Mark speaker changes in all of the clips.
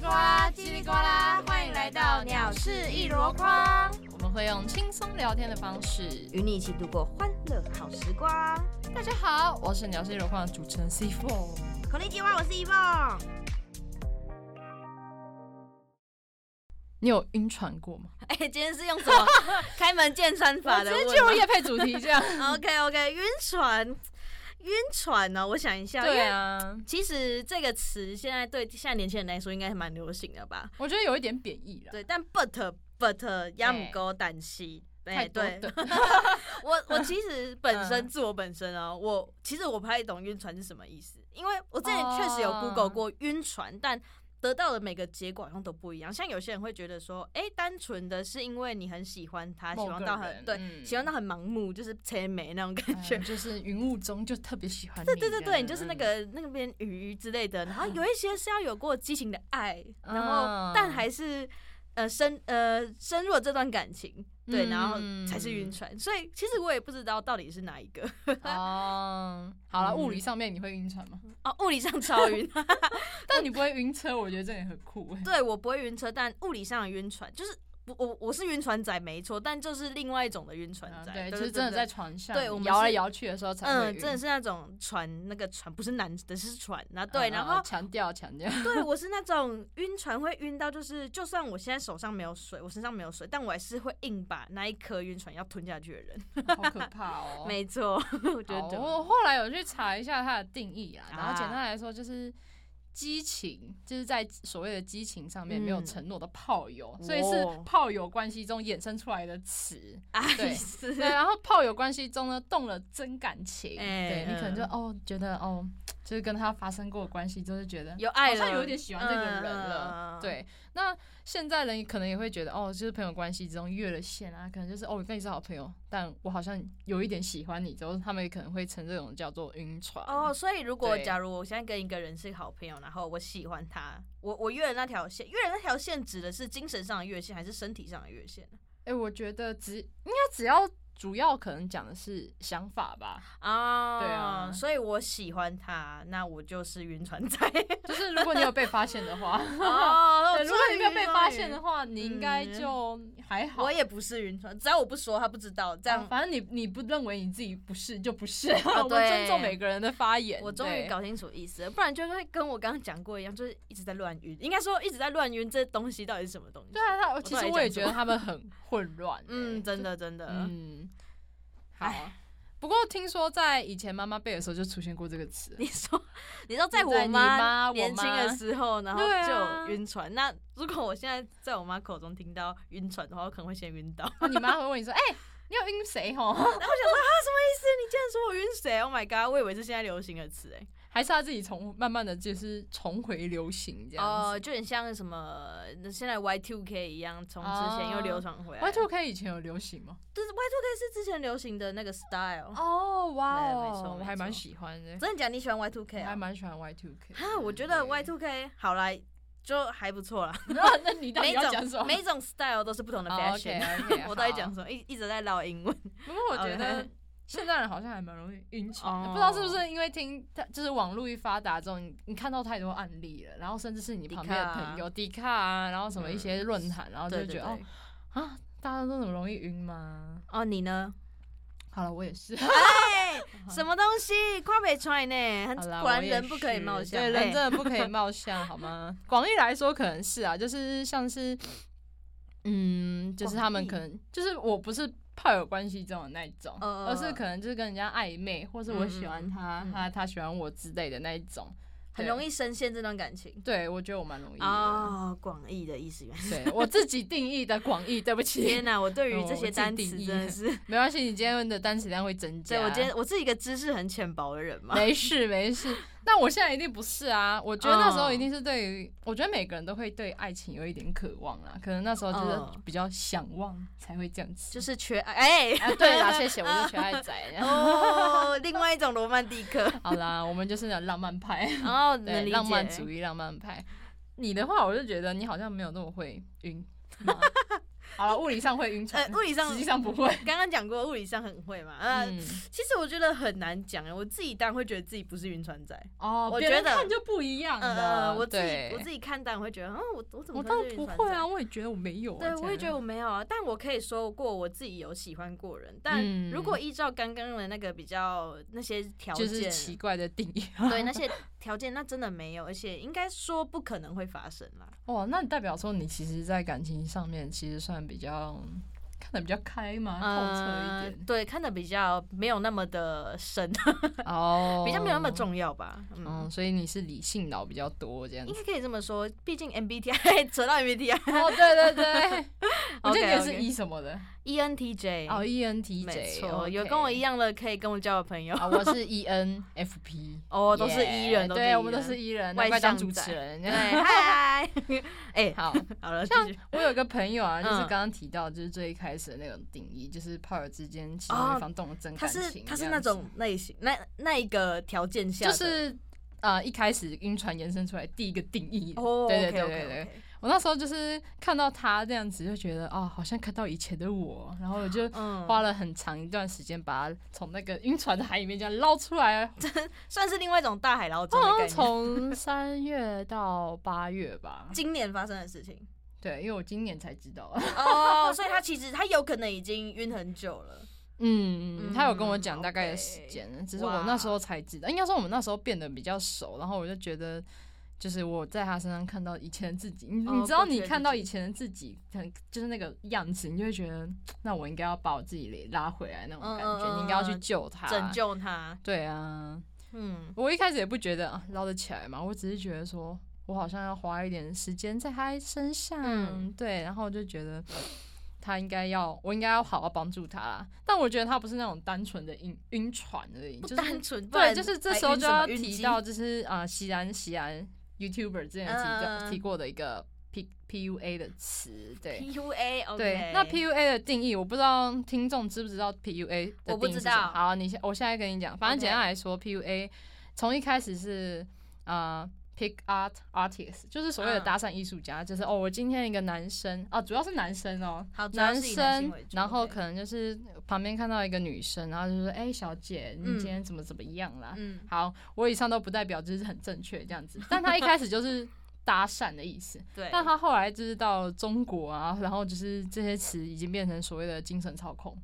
Speaker 1: 叽里呱啦，欢迎来到鸟事一箩筐，
Speaker 2: 我们会用轻松聊天的方式。
Speaker 1: 与你一起度过欢乐好时光。
Speaker 2: 大家好，我是鸟事有框的主持人 C Four。
Speaker 1: 口令计划，我是一梦。
Speaker 2: 你有晕船过吗？
Speaker 1: 哎，今天是用什么开门见山法 的
Speaker 2: 我直
Speaker 1: 问
Speaker 2: 接
Speaker 1: 吗？
Speaker 2: 进入夜配主题这样。
Speaker 1: OK OK，晕船，晕船呢、我想一下，
Speaker 2: 对
Speaker 1: 因为
Speaker 2: 啊，
Speaker 1: 其实这个词现在对现在年轻人来说应该还蛮流行的吧？
Speaker 2: 我觉得有一点贬义了。
Speaker 1: 对，但 but but 亚姆沟胆西。哎，
Speaker 2: 太多
Speaker 1: 对，
Speaker 2: 的
Speaker 1: 我我其 实本身
Speaker 2: 嗯
Speaker 1: 自我本身啊，我其实我不太懂晕船是什么意思，因为我之前
Speaker 2: 哦
Speaker 1: 确实有 Google 过晕船，但得到的每个结果好像都不一样。像有些人会觉得说，哎、单纯的是因为你很喜欢他，喜
Speaker 2: 某
Speaker 1: 欢
Speaker 2: 个
Speaker 1: 到很
Speaker 2: 人
Speaker 1: 对，
Speaker 2: 嗯
Speaker 1: 喜欢到很盲目，就是切眉那种感觉。
Speaker 2: 嗯就是云雾中就特别喜欢你。
Speaker 1: 对对对对，你就是
Speaker 2: 嗯
Speaker 1: 那个那边鱼之类的，然后有一些是要有过激情的爱，然后
Speaker 2: 嗯
Speaker 1: 但还是呃深呃深入了这段感情，对，
Speaker 2: 嗯
Speaker 1: 然后才是晕船。所以其实我也不知道到底是哪一个
Speaker 2: 哦。好了，
Speaker 1: 嗯
Speaker 2: 物理上面你会晕船吗？
Speaker 1: 哦，物理上超晕，啊
Speaker 2: 但你不会晕车，我觉得这也很酷哎。
Speaker 1: 对我不会晕车，但物理上的晕船就是我我我是晕船仔没错，但就是另外一种的晕船
Speaker 2: 嗯
Speaker 1: 仔，
Speaker 2: 对，
Speaker 1: 对
Speaker 2: 就是
Speaker 1: 对
Speaker 2: 真的
Speaker 1: 对
Speaker 2: 在船上
Speaker 1: 对我们
Speaker 2: 摇来
Speaker 1: 是
Speaker 2: 摇去的时候才会
Speaker 1: 嗯，
Speaker 2: 晕。
Speaker 1: 真的是那种船，那个船不是男的，是船，然后
Speaker 2: 嗯
Speaker 1: 对，
Speaker 2: 嗯
Speaker 1: 然
Speaker 2: 嗯
Speaker 1: 后
Speaker 2: 强调强调。
Speaker 1: 对，我是那种晕船会晕到，就是就算我现在手上没有水，我身上没有水，但我还是会硬把那一颗晕船要吞下去的人。
Speaker 2: 好可怕哦！
Speaker 1: 没错，我觉
Speaker 2: 好
Speaker 1: 得
Speaker 2: 我后来有去查一下它的定义啦，
Speaker 1: 啊
Speaker 2: 然后简单来说就是激情，就是在所谓的激情上面
Speaker 1: 嗯
Speaker 2: 没有承诺的炮友，
Speaker 1: 哦
Speaker 2: 所以是炮友关系中衍生出来的 词。
Speaker 1: 爱
Speaker 2: 对
Speaker 1: 是
Speaker 2: 对，然后炮友关系中呢动了真感情，
Speaker 1: 哎
Speaker 2: 对你可能就
Speaker 1: 嗯
Speaker 2: 哦觉得哦，就是跟他发生过的关系，就是觉得。
Speaker 1: 有
Speaker 2: 好
Speaker 1: 爱了，
Speaker 2: 像有点喜欢这个人
Speaker 1: 嗯
Speaker 2: 了，，对。那现在人可能也会觉得，哦，就是朋友关系中越了线啊，可能就是哦，我跟你是好朋友，但我好像有一点喜欢你，之后他们也可能会称这种叫做晕船。
Speaker 1: 哦，所以如果
Speaker 2: 对
Speaker 1: 假如我现在跟一个人是好朋友，然后我喜欢他，我我越了那条线，越了那条线指的是精神上的越线还是身体上的越线呢
Speaker 2: 哎、我觉得只应该只要主要可能讲的是想法 吧，
Speaker 1: 啊
Speaker 2: 对啊
Speaker 1: 所以我喜欢他，那我就是晕船 仔。
Speaker 2: 就是如果你有被发现的话，
Speaker 1: 哦
Speaker 2: 对，如果你没有被发现
Speaker 1: 话。终于
Speaker 2: 的话，你应该就还好。
Speaker 1: 嗯我也不是晕船，只要我不说，他不知道。这样，
Speaker 2: 啊反正你你不认为你自己不是就不是，
Speaker 1: 啊
Speaker 2: 我
Speaker 1: 对
Speaker 2: 们尊重每个人的发言。
Speaker 1: 我终于
Speaker 2: 对
Speaker 1: 搞清楚意思了，不然就会跟我刚刚讲过一样，就是一直在乱晕。应该说一直在乱晕，这东西到底是什么东西
Speaker 2: 对？啊，他其
Speaker 1: 到
Speaker 2: 实
Speaker 1: 底
Speaker 2: 我也
Speaker 1: 讲
Speaker 2: 觉
Speaker 1: 什
Speaker 2: 得他们很混乱、
Speaker 1: 嗯，
Speaker 2: 欸
Speaker 1: 真的真的，
Speaker 2: 嗯，好啊。不过听说在以前妈妈背的时候就出现过这个词，
Speaker 1: 你说，你知道在
Speaker 2: 在
Speaker 1: 我
Speaker 2: 你妈我
Speaker 1: 年轻
Speaker 2: 妈
Speaker 1: 的时候，然后
Speaker 2: 对
Speaker 1: 就
Speaker 2: 啊
Speaker 1: 有晕船。那如果我现在在我妈口中听到晕船的话，我可能会先 晕倒。
Speaker 2: 然后你妈会问你说：“哎、你有晕谁？”哦吼，
Speaker 1: 是你竟然说我晕谁？Oh my god！我以为是现在流行的词哎、
Speaker 2: 还是他自己重慢慢的就是重回流行这
Speaker 1: 哦、
Speaker 2: 样子。
Speaker 1: 就很像什么现在 Y two K 一样，从之前又流传回来。
Speaker 2: Y two K 以前有流行吗？
Speaker 1: 就是 Y two K 是之前流行的那个 style，、
Speaker 2: 哦，哇
Speaker 1: 对没错没错
Speaker 2: 我还蛮喜欢的，
Speaker 1: 真的假的？你喜欢 Y two K
Speaker 2: 我还
Speaker 1: 啊？
Speaker 2: 蛮喜欢 Y two K
Speaker 1: 啊，我觉得 Y two K 好来就还不错 啦。
Speaker 2: 那 那你到底
Speaker 1: 每
Speaker 2: 要讲
Speaker 1: 种
Speaker 2: 什么？哦
Speaker 1: 每种 style 都是不同的 fashion。
Speaker 2: OK，
Speaker 1: 我到底讲什么？一一直在唠英文。
Speaker 2: 不过我觉得现在人好像还蛮容易晕船的，
Speaker 1: 哦
Speaker 2: 不知道是不是因为听就是网络一发达之后，你你看到太多案例了，然后甚至是你旁边的朋友迪卡啊，然后什么一些论坛，然后就
Speaker 1: 对
Speaker 2: 觉
Speaker 1: 嗯对
Speaker 2: 得哦
Speaker 1: 对。
Speaker 2: 啊，大家都那么容易晕吗？
Speaker 1: 哦，你 呢？
Speaker 2: 好了，我也是。
Speaker 1: 哎，什么东西？跨北川呢？很
Speaker 2: 好啦
Speaker 1: 果然
Speaker 2: 我也
Speaker 1: 人不可以
Speaker 2: 是
Speaker 1: 貌相。
Speaker 2: 对，
Speaker 1: 哎
Speaker 2: 人真的不可以貌相，好吗？ 广义来说可能是啊，就是像是，嗯，就是他们
Speaker 1: 广
Speaker 2: 可
Speaker 1: 义
Speaker 2: 能就是我不是炮友关系中的那一种，
Speaker 1: 呃
Speaker 2: 而是可能就是跟人家暧昧，或是我喜欢他，
Speaker 1: 嗯嗯嗯
Speaker 2: 他他喜欢我之类的那一种，
Speaker 1: 很容易深陷这段感情。
Speaker 2: 对我觉得我蛮容易的。
Speaker 1: 哦，广义的意思原来是。
Speaker 2: 对我自己定义的广义，对不起
Speaker 1: 天，哪，我对于
Speaker 2: 哦我
Speaker 1: 这些
Speaker 2: 自己
Speaker 1: 单
Speaker 2: 定
Speaker 1: 词
Speaker 2: 义
Speaker 1: 真的
Speaker 2: 的
Speaker 1: 是，
Speaker 2: 没关系，你今天的单词量会增加。
Speaker 1: 对我今天我是一个知识很浅薄的人嘛。
Speaker 2: 没事没事， 但我现在一定不是啊！我觉得那时候一
Speaker 1: 嗯
Speaker 2: 定是对于我觉得每个人都会对爱情有一点渴望啊，可能那时候就是
Speaker 1: 嗯
Speaker 2: 比较想望才会这样子。
Speaker 1: 就是缺 爱，哎、
Speaker 2: 啊，对 啦，谢谢，我就缺爱仔。
Speaker 1: 哦，另外一种罗曼蒂 克，
Speaker 2: 好啦，我们就是那种浪漫派，
Speaker 1: 然后能
Speaker 2: 对，
Speaker 1: 理解
Speaker 2: 浪漫主义，浪漫派。你的话，我就觉得你好像没有那么会晕嘛。 好了，物理上会晕船
Speaker 1: 呃，，物理上
Speaker 2: 实际上不会。
Speaker 1: 刚刚讲过，物理上很会嘛。 呃，
Speaker 2: 嗯，
Speaker 1: 其实我觉得很难讲哎，我自己当然会觉得自己不是晕船仔。
Speaker 2: 哦，
Speaker 1: 我
Speaker 2: 别
Speaker 1: 觉
Speaker 2: 人
Speaker 1: 得
Speaker 2: 看就不一样
Speaker 1: 呃
Speaker 2: 了。
Speaker 1: 呃，我自己
Speaker 2: 对
Speaker 1: 我自己看当然会觉得，嗯，我我怎么
Speaker 2: 我
Speaker 1: 可
Speaker 2: 当
Speaker 1: 能
Speaker 2: 然
Speaker 1: 是
Speaker 2: 不
Speaker 1: 晕船
Speaker 2: 会
Speaker 1: 仔
Speaker 2: 啊，。我也觉得我没有啊。
Speaker 1: 对，我也觉得
Speaker 2: 我
Speaker 1: 我没有啊，但我可以说过我自己有喜欢过人，但
Speaker 2: 嗯
Speaker 1: 如果依照刚刚的那个比较那些条
Speaker 2: 就是
Speaker 1: 件，
Speaker 2: 奇怪的定义。
Speaker 1: 对那些条件，那真的没有，而且应该说不可能会发生啦。
Speaker 2: 哇，那你代表说你其实，在感情上面其实算比较看得比较开嘛，透啊彻
Speaker 1: 呃
Speaker 2: 一 点。
Speaker 1: 对，看的比较没有那么的深，
Speaker 2: 哦，
Speaker 1: 比较没有那么。重要吧。嗯
Speaker 2: 嗯，，所以你是理性脑比较多这样
Speaker 1: 应
Speaker 2: 子。
Speaker 1: 该可以这么说，毕竟 MBTI 扯到 MBTI，ENTJ，、
Speaker 2: 哦，对对 对，我记得你也
Speaker 1: OK，OK
Speaker 2: 是 E 什么的，
Speaker 1: ENTJ
Speaker 2: 哦，ENTJ，
Speaker 1: 没错，
Speaker 2: OK
Speaker 1: 有跟我一样的可以跟我交的朋友，
Speaker 2: 啊，我是 ENFP，
Speaker 1: 哦，都是
Speaker 2: Yeah，
Speaker 1: E 人，都是 E
Speaker 2: 对，我们都
Speaker 1: 人
Speaker 2: 是 E 人，
Speaker 1: 外
Speaker 2: 难怪当
Speaker 1: 向
Speaker 2: 主
Speaker 1: 仔
Speaker 2: 持人
Speaker 1: 对，。嗨， 哎，
Speaker 2: 好，
Speaker 1: 好了，继
Speaker 2: 像
Speaker 1: 续
Speaker 2: 我有个朋友啊，就是
Speaker 1: 嗯
Speaker 2: 刚刚提到，就是最一开始的那种定义，就是炮友之间其中
Speaker 1: 哦
Speaker 2: 一方动了真
Speaker 1: 他
Speaker 2: 感情这样
Speaker 1: 是
Speaker 2: 子，
Speaker 1: 他是那种类型，那那一个条件下
Speaker 2: 就
Speaker 1: 的，
Speaker 2: 是呃一开始晕船延伸出来第一个定义。
Speaker 1: 哦，
Speaker 2: 对对
Speaker 1: OK，OK，OK
Speaker 2: 对对对我那时候就是看到他这样子，就觉得哦，好像看到以前的我，然后我就。
Speaker 1: 嗯，
Speaker 2: 花了很长一段时间把他从那个晕船的海里面这样捞出来，
Speaker 1: 算是另外一种大海捞针
Speaker 2: 好
Speaker 1: 的
Speaker 2: 像
Speaker 1: 概念。
Speaker 2: 哦从三月到八月吧。
Speaker 1: 今年发生的事情
Speaker 2: 对，因为我今年才知道。
Speaker 1: 哦，所以他其实他有可能已经晕很久 了，
Speaker 2: 嗯，他有跟我讲
Speaker 1: 嗯
Speaker 2: 大概的
Speaker 1: OK
Speaker 2: 时间，只是我那时
Speaker 1: 哇
Speaker 2: 候才知道，应该说我们那时候变得比较熟，然后我就觉得。就是我在他身上看到以前的自己，你、
Speaker 1: 哦
Speaker 2: 你知道
Speaker 1: 过去
Speaker 2: 你
Speaker 1: 的
Speaker 2: 看
Speaker 1: 自
Speaker 2: 到
Speaker 1: 己
Speaker 2: 以前的自己，很就是那个样子，你就会觉得，那我应该要把我自己拉回来那种感觉，
Speaker 1: 嗯嗯嗯
Speaker 2: 你应该要
Speaker 1: 嗯
Speaker 2: 去
Speaker 1: 嗯
Speaker 2: 救他，
Speaker 1: 拯。救他。
Speaker 2: 对啊，
Speaker 1: 嗯，
Speaker 2: 我一开始也不觉得啊捞得起来嘛，我只是觉得说我好像要花一点时间在他身上，
Speaker 1: 嗯
Speaker 2: 对，然后我就觉得他应该要，我应该要好好帮助他啦。但我觉得他不是那种单纯的晕晕船而已，
Speaker 1: 不
Speaker 2: 就是
Speaker 1: 单纯，不
Speaker 2: 对，
Speaker 1: 然
Speaker 2: 就是这
Speaker 1: 还
Speaker 2: 时候
Speaker 1: 晕
Speaker 2: 就
Speaker 1: 什么
Speaker 2: 要
Speaker 1: 晕
Speaker 2: 提
Speaker 1: 机
Speaker 2: 到，就是啊，席然席然 YouTuber 之前提到、
Speaker 1: 嗯
Speaker 2: 提过的一个 P PUA 的词，对。
Speaker 1: PUA OK。
Speaker 2: 对，那 PUA 的定义我不知道听众知不知道 PUA 的
Speaker 1: 我不
Speaker 2: 定义是
Speaker 1: 知道
Speaker 2: 什么好，你先，我现在跟你讲，反正
Speaker 1: OK
Speaker 2: 简单来说，PUA 从一开始是呃 pick art artist，就是所谓的
Speaker 1: 嗯
Speaker 2: 搭讪艺术家，就是哦，我今天一个男生啊，主要是男生哦。
Speaker 1: 好，主要
Speaker 2: 男
Speaker 1: 是以男性
Speaker 2: 生
Speaker 1: 为，主
Speaker 2: 然后
Speaker 1: OK
Speaker 2: 可能就是旁边看到一个女生，然后就说：“哎、小姐，你
Speaker 1: 嗯
Speaker 2: 今天怎么怎么样啦？”
Speaker 1: 嗯
Speaker 2: 好，我以上都不代表就是很正确这样子，但他一开始就是搭讪的意思，
Speaker 1: 对，
Speaker 2: 但他后来就是到中国啊，然后就是这些词已经变成所谓的精神操控，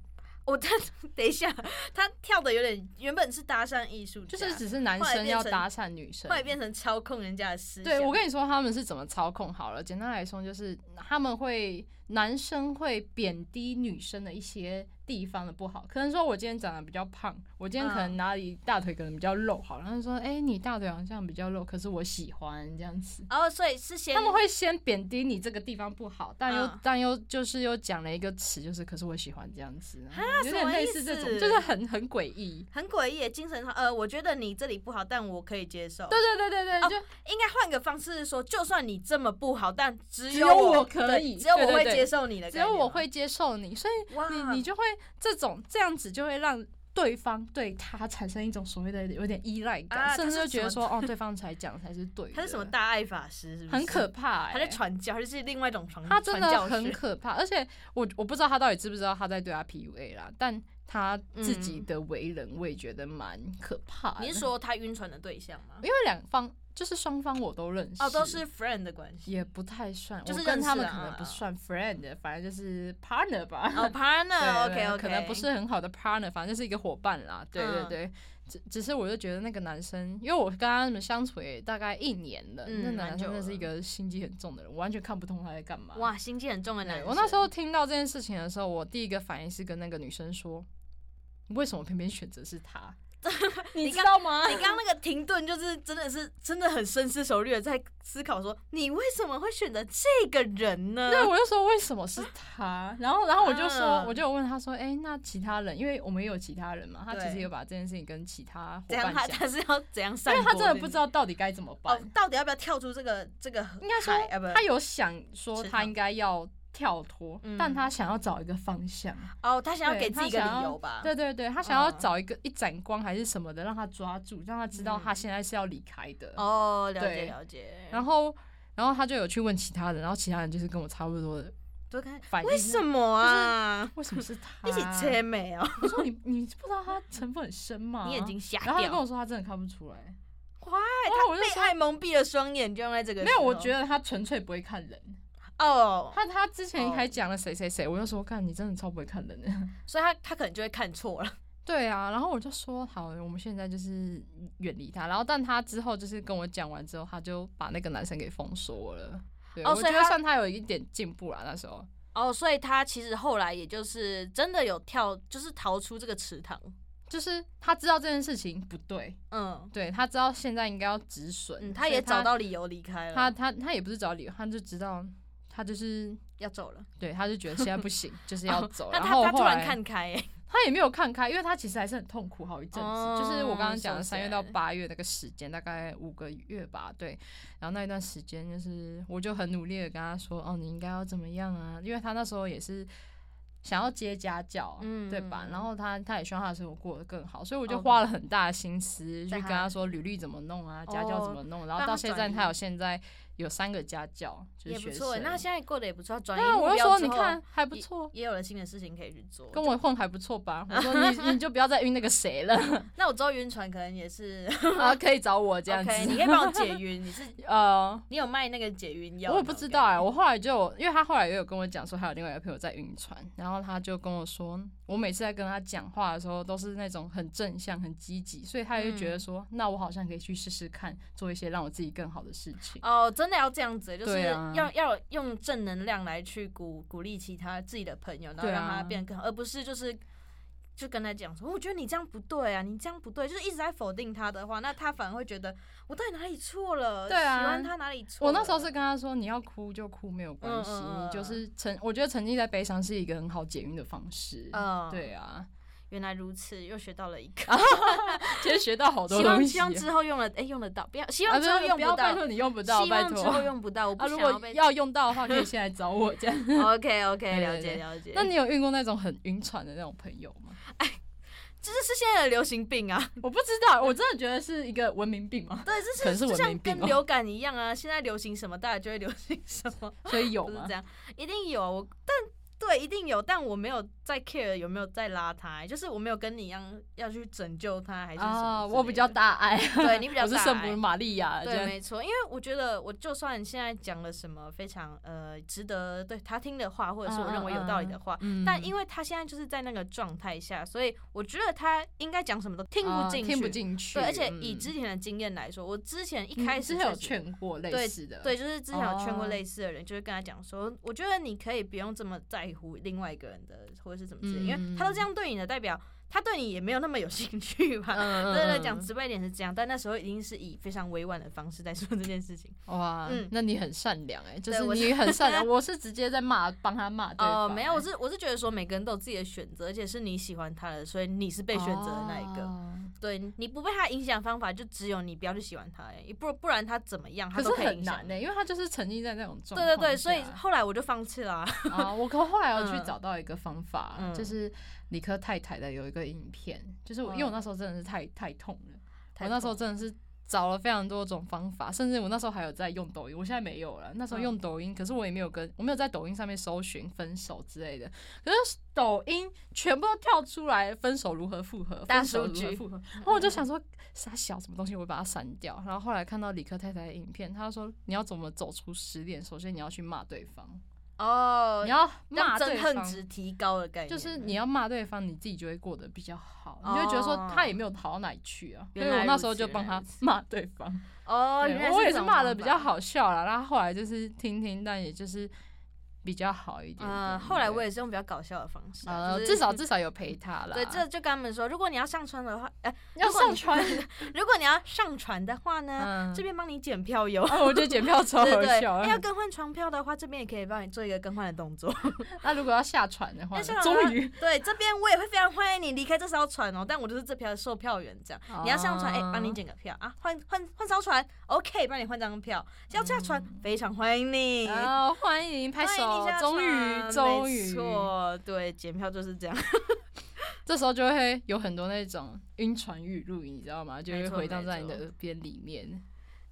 Speaker 1: 我 他等一下，他跳的有点，原本是搭讪艺术
Speaker 2: 就
Speaker 1: 家，
Speaker 2: 是只是男生要搭讪女生
Speaker 1: 啊后。来变成操控人家的思想。
Speaker 2: 对，我跟你说他们是怎么操控好了。简单来说，就是他们会男生会贬低女生的一些地方的不好，可能说我今天长得比较胖，我今天可
Speaker 1: 嗯
Speaker 2: 能哪里大腿可能比较露，好了，然后说哎、你大腿好像比较露，可是我喜欢这样子。
Speaker 1: 然后哦所以是先
Speaker 2: 他们会先贬低你这个地方不好，但又、
Speaker 1: 嗯
Speaker 2: 但又就是又讲了一个词，就是可是我喜欢这样子，有
Speaker 1: 什
Speaker 2: 点
Speaker 1: 么
Speaker 2: 类
Speaker 1: 意
Speaker 2: 似这种，
Speaker 1: 思
Speaker 2: 就是很很诡异。
Speaker 1: 很诡异，精神上呃，我觉得你这里不好，但我可以接受。
Speaker 2: 对对对对对，
Speaker 1: 哦
Speaker 2: 就
Speaker 1: 应该换个方式说，就算你这么不好，但只
Speaker 2: 只
Speaker 1: 有
Speaker 2: 有
Speaker 1: 我
Speaker 2: 我可以
Speaker 1: 对只有我
Speaker 2: 对对
Speaker 1: 会
Speaker 2: 对
Speaker 1: 接受你的，
Speaker 2: 只有我。会接受你，所以
Speaker 1: 哇，
Speaker 2: 你你就会这种这样子就会让。对方对他产生一种所谓的有点依赖感，
Speaker 1: 啊
Speaker 2: 甚至
Speaker 1: 他
Speaker 2: 就是觉得
Speaker 1: 什
Speaker 2: 说 哦，对方才讲才是对的。
Speaker 1: 他是什么大爱法师？是不是？
Speaker 2: 很可怕、欸，
Speaker 1: 他在传教，他是另外一种传，
Speaker 2: 他真
Speaker 1: 嗯传
Speaker 2: 的
Speaker 1: 教
Speaker 2: 很
Speaker 1: 学
Speaker 2: 可怕，而且我我不知道他到底知不知道他在对他 PUA 啦，但他自己的为人我也觉得蛮可怕的。
Speaker 1: 嗯你是说他晕船的对象吗
Speaker 2: 因？为两方就是双方我都认识，
Speaker 1: 哦，都是 friend 的关系。
Speaker 2: 也不太算，
Speaker 1: 就是
Speaker 2: 我跟
Speaker 1: 认识
Speaker 2: 他们
Speaker 1: 啦
Speaker 2: 可能
Speaker 1: 啊
Speaker 2: 不算 friend，反正就是 partner 吧。
Speaker 1: 哦
Speaker 2: 对
Speaker 1: ，partner，OK
Speaker 2: 对
Speaker 1: OK，
Speaker 2: 可能不是很好的 partner，反正就是一个伙伴啦。对对
Speaker 1: 嗯
Speaker 2: 对，只只是我就觉得那个男生，因为我跟他们相处也大概一年了，
Speaker 1: 嗯
Speaker 2: 那
Speaker 1: 蛮
Speaker 2: 男
Speaker 1: 久
Speaker 2: 生真的是
Speaker 1: 了
Speaker 2: 一个心机很重的人，我完全看不通他在干嘛。
Speaker 1: 哇，心机很重的男
Speaker 2: 对
Speaker 1: 生。
Speaker 2: 我那时候听到这件事情的时候，我第一个反应是跟那个女生说：“你为什么偏偏选择是他？
Speaker 1: 你
Speaker 2: 你知
Speaker 1: 刚
Speaker 2: 道吗？”
Speaker 1: 你刚刚那个停顿，就是真的是真的很深思熟虑的在思考说，你为什么会选择这个人呢？
Speaker 2: 对，我就说为什么是他，然后，然后我就说，
Speaker 1: 嗯
Speaker 2: 我就有问他说，哎、那其他人，因为我们也有其他人嘛，他其实
Speaker 1: 对
Speaker 2: 有把这件事情跟其他伙
Speaker 1: 怎样他
Speaker 2: 伴讲，
Speaker 1: 他是要怎样
Speaker 2: 因
Speaker 1: 散
Speaker 2: 为
Speaker 1: 播？
Speaker 2: 他真的不知道到底该怎么
Speaker 1: 哦
Speaker 2: 办，，
Speaker 1: 到底要不要跳出这个这个海？
Speaker 2: 应该说
Speaker 1: 啊不，
Speaker 2: 他有想说
Speaker 1: 池
Speaker 2: 他
Speaker 1: 塘
Speaker 2: 应该要跳脱，但
Speaker 1: 嗯
Speaker 2: 他想要找一个方向，
Speaker 1: 哦，他想要
Speaker 2: 对
Speaker 1: 给自己一个
Speaker 2: 他想
Speaker 1: 理
Speaker 2: 要
Speaker 1: 由吧？
Speaker 2: 对对对，他想要
Speaker 1: 嗯
Speaker 2: 找一个一盏光还是什么的，让他抓住，让他知道他
Speaker 1: 嗯
Speaker 2: 现在是要离开的。
Speaker 1: 哦，了解
Speaker 2: 对
Speaker 1: 了解。
Speaker 2: 然后，然后他就有去问其他人，然后其他人就是跟我差不多的
Speaker 1: 都看
Speaker 2: 反应
Speaker 1: 为什么啊？
Speaker 2: 为什么是他？
Speaker 1: 一起切眉哦，
Speaker 2: 我说你 你不知道他成分很深吗？
Speaker 1: 你眼睛瞎
Speaker 2: 啊然后他跟
Speaker 1: 掉
Speaker 2: 我，说他真的看不出来，我
Speaker 1: 哇！他
Speaker 2: 就
Speaker 1: 被
Speaker 2: 说
Speaker 1: 爱蒙蔽了双眼，就用在这个
Speaker 2: 没有，我觉
Speaker 1: 得
Speaker 2: 得他纯粹不会看人。
Speaker 1: 哦，
Speaker 2: 他他之前
Speaker 1: 哦
Speaker 2: 还讲了谁谁谁，我就说看你真的超不会看人的。
Speaker 1: 所以他他可能就会看错了。
Speaker 2: 对啊，然后我就说好，我们现在就是远离他。然后，但他之后就是跟我讲完之后，他就把那个男生给封锁了。对，
Speaker 1: 哦
Speaker 2: 我
Speaker 1: 所以
Speaker 2: 觉得
Speaker 1: 他
Speaker 2: 算他有一点进步啦。那时候，
Speaker 1: 哦，所以他其实后来也就是真的有跳，就是逃出这个池塘。
Speaker 2: 就是他知道这件事情不对，
Speaker 1: 嗯
Speaker 2: 对他知道现在应该要止损、
Speaker 1: 嗯，
Speaker 2: 所
Speaker 1: 他
Speaker 2: 以
Speaker 1: 也找到理由离开了，
Speaker 2: 他他他也不是找理由，他就知道他就是
Speaker 1: 要走了。
Speaker 2: 对，他就觉得现在不行，就是要走。
Speaker 1: 哦那
Speaker 2: 然
Speaker 1: 他
Speaker 2: 后
Speaker 1: 他突
Speaker 2: 后
Speaker 1: 然
Speaker 2: 来
Speaker 1: 看开、欸，
Speaker 2: 他也没有看开，因为他其实还是很痛苦好一阵子，
Speaker 1: 哦
Speaker 2: 就是我刚刚讲的
Speaker 1: 受
Speaker 2: 三月
Speaker 1: 起来
Speaker 2: 到八月那个时间，大概五个月吧，对。然后那一段时间，就是我就很努力的跟他说，哦，你应该要怎么样啊？因为他那时候也是想要接家教，
Speaker 1: 嗯
Speaker 2: 对吧？然后他他也希望他的生活过得更好，所以我就
Speaker 1: OK
Speaker 2: 花了很大的心思去
Speaker 1: 在
Speaker 2: 跟
Speaker 1: 他
Speaker 2: 他说履历怎么弄啊，家教怎么弄。然
Speaker 1: 让
Speaker 2: 后
Speaker 1: 他
Speaker 2: 到现在
Speaker 1: 转移
Speaker 2: 他有现在有三个家教，就
Speaker 1: 哦也
Speaker 2: 是
Speaker 1: 不
Speaker 2: 学
Speaker 1: 错、欸。
Speaker 2: 生。
Speaker 1: 那他现在过得也不错，转移
Speaker 2: 对啊，
Speaker 1: 目
Speaker 2: 我就
Speaker 1: 标
Speaker 2: 说
Speaker 1: 之
Speaker 2: 你
Speaker 1: 后
Speaker 2: 看还不错，
Speaker 1: 也有了新的事情可以去做。
Speaker 2: 跟我混还不错 吧？我说你你就不要再晕那个谁了，
Speaker 1: 那我知道晕船可能也是
Speaker 2: 啊，可以找 我这样
Speaker 1: OK，
Speaker 2: 子。
Speaker 1: 你可以帮我解晕，你是
Speaker 2: 呃，
Speaker 1: 你有卖那个解晕药吗？
Speaker 2: 我也不知道哎、
Speaker 1: 我
Speaker 2: 我后来就有因为他后来也有跟我讲说，还有另外一个朋友在晕船，然后他就跟我说，我每次在跟他讲话的时候都是那种很正向、很积极，所以他就
Speaker 1: 嗯
Speaker 2: 觉得说，那我好像可以去试试看，做一些让我自己更好的事情。
Speaker 1: 感觉哦，真的要这样子欸，就是
Speaker 2: 对啊
Speaker 1: 要要用正能量来去鼓鼓励其他自己的朋友，然后
Speaker 2: 对啊
Speaker 1: 让他变得更好，而不是就是。就跟他讲说，我觉得你这样不对啊，你这样不对，就是一直在否定他的话，那他反而会觉得我到底哪里错了？
Speaker 2: 对啊
Speaker 1: 喜欢他哪里错
Speaker 2: 我
Speaker 1: 了？
Speaker 2: 那时候是跟他说，你要哭就哭，没有关系，
Speaker 1: 嗯嗯嗯
Speaker 2: 你就是沉。我觉得沉浸在悲伤是一个很好解晕的方式。
Speaker 1: 嗯
Speaker 2: 对啊，
Speaker 1: 原来如此，又学到了一个，
Speaker 2: 其实学到好多
Speaker 1: 希望
Speaker 2: 东西。
Speaker 1: 希望之后用了，哎、用得到，不要希
Speaker 2: 啊，
Speaker 1: 望之后
Speaker 2: 不是
Speaker 1: 用
Speaker 2: 不要
Speaker 1: 到
Speaker 2: 拜，托你用不到，
Speaker 1: 希
Speaker 2: 拜
Speaker 1: 望之后
Speaker 2: 托。
Speaker 1: 用不到，我不
Speaker 2: 啊，如
Speaker 1: 想
Speaker 2: 果
Speaker 1: 被。
Speaker 2: 要用到的话，可以现在找我这样。
Speaker 1: OK
Speaker 2: 对
Speaker 1: OK，了
Speaker 2: 对
Speaker 1: 解了解。
Speaker 2: 那你有遇过那种很晕船的那种朋友 吗？
Speaker 1: 这是现在的流行病 啊，
Speaker 2: 我不知道，我真的觉得是一个文明病嘛，
Speaker 1: 对，这是
Speaker 2: 可能是
Speaker 1: 就
Speaker 2: 文
Speaker 1: 像
Speaker 2: 明病哦
Speaker 1: 跟
Speaker 2: 吧
Speaker 1: 流感一样啊，现在流行什么，大家就会流行什 么，
Speaker 2: 所以有
Speaker 1: 不是
Speaker 2: 吗
Speaker 1: 这？样，一定有。我但对，一定有，但我没有在 care 有没有在拉他、就是我没有跟你一样要去拯救他还是什么之类的。
Speaker 2: 啊，我比较大爱，
Speaker 1: 对 你比较
Speaker 2: 我是
Speaker 1: 大
Speaker 2: 圣
Speaker 1: 爱
Speaker 2: 母玛利亚这
Speaker 1: 对，
Speaker 2: 样。
Speaker 1: 没错，因为我觉得，我就算现在讲了什么非常呃值得对他听的话，或者是我认为有道理的话，
Speaker 2: 嗯
Speaker 1: 但因为他现在就是在那个状态下，所以我觉得他应该讲什么都听
Speaker 2: 啊
Speaker 1: 不进去，
Speaker 2: 听不进去。
Speaker 1: 对，而且以
Speaker 2: 嗯
Speaker 1: 之前的经验来说，我之前
Speaker 2: 你
Speaker 1: 一开
Speaker 2: 之
Speaker 1: 始
Speaker 2: 前有
Speaker 1: 确实
Speaker 2: 劝过类似的，
Speaker 1: 对，就是之前有劝过
Speaker 2: 哦
Speaker 1: 类似的人，就是跟他讲说，我觉得你可以不用这么在乎另外一个人的，或者是怎么之类，因
Speaker 2: 嗯
Speaker 1: 为他都这样对你的，代表他对你也没有那么有兴趣吧。
Speaker 2: 嗯，嗯
Speaker 1: 对对，讲
Speaker 2: 嗯
Speaker 1: 直白一点是这样，但那时候一定是以非常委婉的方式在说这件事情。
Speaker 2: 哇
Speaker 1: 嗯，
Speaker 2: 那你很善良哎，就
Speaker 1: 对
Speaker 2: 是
Speaker 1: 我
Speaker 2: 你很 善良，我是直接在骂，帮他骂 对
Speaker 1: 哦、
Speaker 2: 方
Speaker 1: 没有，我
Speaker 2: 欸
Speaker 1: 是我是觉得说每个人都有自己的选择，而且是你喜欢他的，所以你是被
Speaker 2: 啊
Speaker 1: 选择的那一个。
Speaker 2: 哦
Speaker 1: 对，你不被他影响的方法就只有你不要去喜欢他、欸，不不然他怎么样，他
Speaker 2: 可
Speaker 1: 都
Speaker 2: 是
Speaker 1: 以
Speaker 2: 很
Speaker 1: 影响
Speaker 2: 难呢、欸因为他就是沉浸在那种状
Speaker 1: 对对对，
Speaker 2: 况
Speaker 1: 所以
Speaker 2: 下
Speaker 1: 后来我就放弃了啊、
Speaker 2: 啊，我可后来有去
Speaker 1: 嗯
Speaker 2: 找到一个方法，
Speaker 1: 嗯
Speaker 2: 就是理科太太的有一个影片，就是我、
Speaker 1: 嗯
Speaker 2: 因为我那时候真的是太太痛了，
Speaker 1: 太
Speaker 2: 我那时 候
Speaker 1: 痛
Speaker 2: 真的是找了非常多种方法，甚至我那时候还有在用抖音，我现在没有了。那时候
Speaker 1: 嗯
Speaker 2: 用抖音，可是我也没有跟我没有在抖音上面搜寻分手之类的，可是抖音全部都跳出来分手如何复合，
Speaker 1: 大
Speaker 2: 分手
Speaker 1: 数
Speaker 2: 如何
Speaker 1: 据
Speaker 2: 复合，然后我就想说傻小什么东西，我会把它删掉。然后后来看到理科太太的影片，她说你要怎么走出失恋，首先你要去骂对方。
Speaker 1: 哦
Speaker 2: 你，要骂
Speaker 1: 让
Speaker 2: 对
Speaker 1: 憎恨
Speaker 2: 方，
Speaker 1: 值提高的概念，啊
Speaker 2: 就是你要骂对方，你自己就会过得比较好，
Speaker 1: 哦
Speaker 2: 你就会觉得说他也没有好到哪里去啊。所以
Speaker 1: 原来
Speaker 2: 我那时候
Speaker 1: 如此
Speaker 2: 就帮
Speaker 1: 原来
Speaker 2: 他
Speaker 1: 如此
Speaker 2: 骂对方，
Speaker 1: 哦，
Speaker 2: 对
Speaker 1: 原来
Speaker 2: 我也
Speaker 1: 这
Speaker 2: 是
Speaker 1: 种
Speaker 2: 骂
Speaker 1: 方
Speaker 2: 的比较
Speaker 1: 法。
Speaker 2: 好笑啦。然后后来就是听听，但也就是比较好一点点。
Speaker 1: 嗯，后来我
Speaker 2: 对
Speaker 1: 也是用比较搞笑的方式啊，
Speaker 2: 呃，
Speaker 1: 就是
Speaker 2: 至少至少有陪他啦。
Speaker 1: 对，这就跟他们说，如果你要上船的话，哎、
Speaker 2: 要
Speaker 1: 如果
Speaker 2: 上
Speaker 1: 你
Speaker 2: 传，
Speaker 1: 如果你要上船的话呢，
Speaker 2: 嗯
Speaker 1: 这，边帮你检票哟。
Speaker 2: 啊，我觉得检票超
Speaker 1: 对
Speaker 2: 好
Speaker 1: 对对，
Speaker 2: 笑啊
Speaker 1: 哎。要更换船票的话，这边也可以帮你做一个更换的动作。
Speaker 2: 那如果要下船的话
Speaker 1: 要
Speaker 2: 呢
Speaker 1: 下，船的
Speaker 2: 终
Speaker 1: 话
Speaker 2: 于
Speaker 1: 对，这边我也会非常欢迎你离开这艘船哦，但我就是这票售票员这样。你要上船，哎、帮你
Speaker 2: 哦
Speaker 1: 检个票啊，换换换艘船，OK，帮你换张票。要下船，非常欢迎你。
Speaker 2: 啊，欢迎拍
Speaker 1: 欢迎你
Speaker 2: 手
Speaker 1: 下，
Speaker 2: 终于
Speaker 1: 船
Speaker 2: 终
Speaker 1: 没
Speaker 2: 于，
Speaker 1: 错，对，检票就是这样。
Speaker 2: 这时候就会有很多那种晕船语录，你知道吗？就
Speaker 1: 没
Speaker 2: 会
Speaker 1: 错
Speaker 2: 回荡在
Speaker 1: 没
Speaker 2: 你
Speaker 1: 错
Speaker 2: 的耳边里面。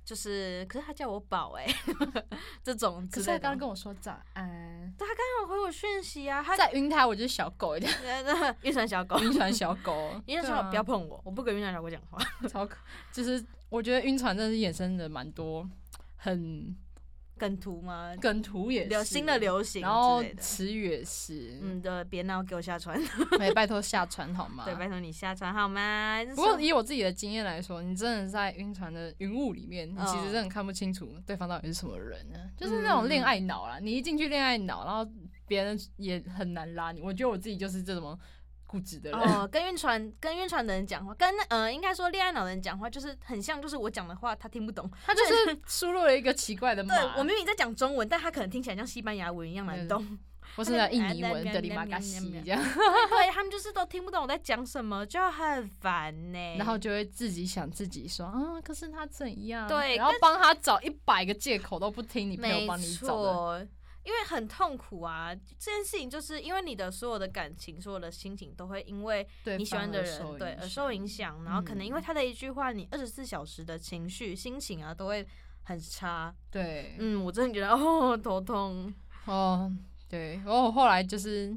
Speaker 1: 就是，可是他叫我宝哎、 这种之
Speaker 2: 可是他
Speaker 1: 类的。
Speaker 2: 刚刚跟我说早安，
Speaker 1: 他刚刚有回我讯息啊，他呃
Speaker 2: 再晕他我就是小狗，一 定
Speaker 1: 晕船小狗，
Speaker 2: 晕船小狗，
Speaker 1: 晕船小狗不要碰我，我不跟晕船小狗讲话。
Speaker 2: 要超可，就是我觉得晕船真的是衍生的蛮多，很
Speaker 1: 梗图吗？
Speaker 2: 梗图也是
Speaker 1: 流新的，流行
Speaker 2: 然后
Speaker 1: 之类的。
Speaker 2: 词语也是，嗯，
Speaker 1: 嗯，对，别闹，给我下船。
Speaker 2: 哎，拜托下船好吗？
Speaker 1: 对，拜托你下船好吗？
Speaker 2: 不过以我自己的经验来说，你真的在晕船的云雾里面，你其实
Speaker 1: 嗯
Speaker 2: 真的看不清楚对方到底是什么人呢、就是那种恋爱脑啦。你一进去恋爱脑，然后别人也很难拉你。我觉得我自己就是这种固执的人，
Speaker 1: 哦，跟晕船跟晕船的人讲话，跟那呃，应该说恋爱脑的人讲话，就是很像，就是我讲的话他听不懂。
Speaker 2: 他 就是输入了一个奇怪的码
Speaker 1: 对，我明明在讲中文，但他可能听起来像西班牙文一样难懂。
Speaker 2: 或是在印尼文的里马嘎西这样，
Speaker 1: 对他们就是都听不懂我在讲什么，就很烦呢、
Speaker 2: 然后就会自己想自己说啊，可是他怎样？
Speaker 1: 对
Speaker 2: 然后帮他找一百个借口都不听你朋友
Speaker 1: 没
Speaker 2: 帮你找的，
Speaker 1: 错，因为很痛苦啊。这件事情就是因为你的所有的感情、所有的心情都会因为
Speaker 2: 对
Speaker 1: 你喜欢的
Speaker 2: 反
Speaker 1: 人对
Speaker 2: 而
Speaker 1: 而
Speaker 2: 受
Speaker 1: 受
Speaker 2: 影
Speaker 1: 影
Speaker 2: 响。
Speaker 1: 响，然后可能因为
Speaker 2: 嗯
Speaker 1: 他的一句话，你二十四小时的情绪、心情啊都会很差。
Speaker 2: 对，
Speaker 1: 嗯，我真的觉得哦头痛。
Speaker 2: 哦，对，然后后来就是